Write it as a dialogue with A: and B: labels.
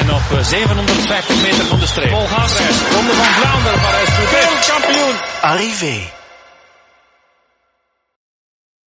A: En op eh, 750 meter van de streep. Paul Gaanreis, Ronde van Vlaanderen, Parijs-Roubaix. Wereldkampioen.
B: Arrivé.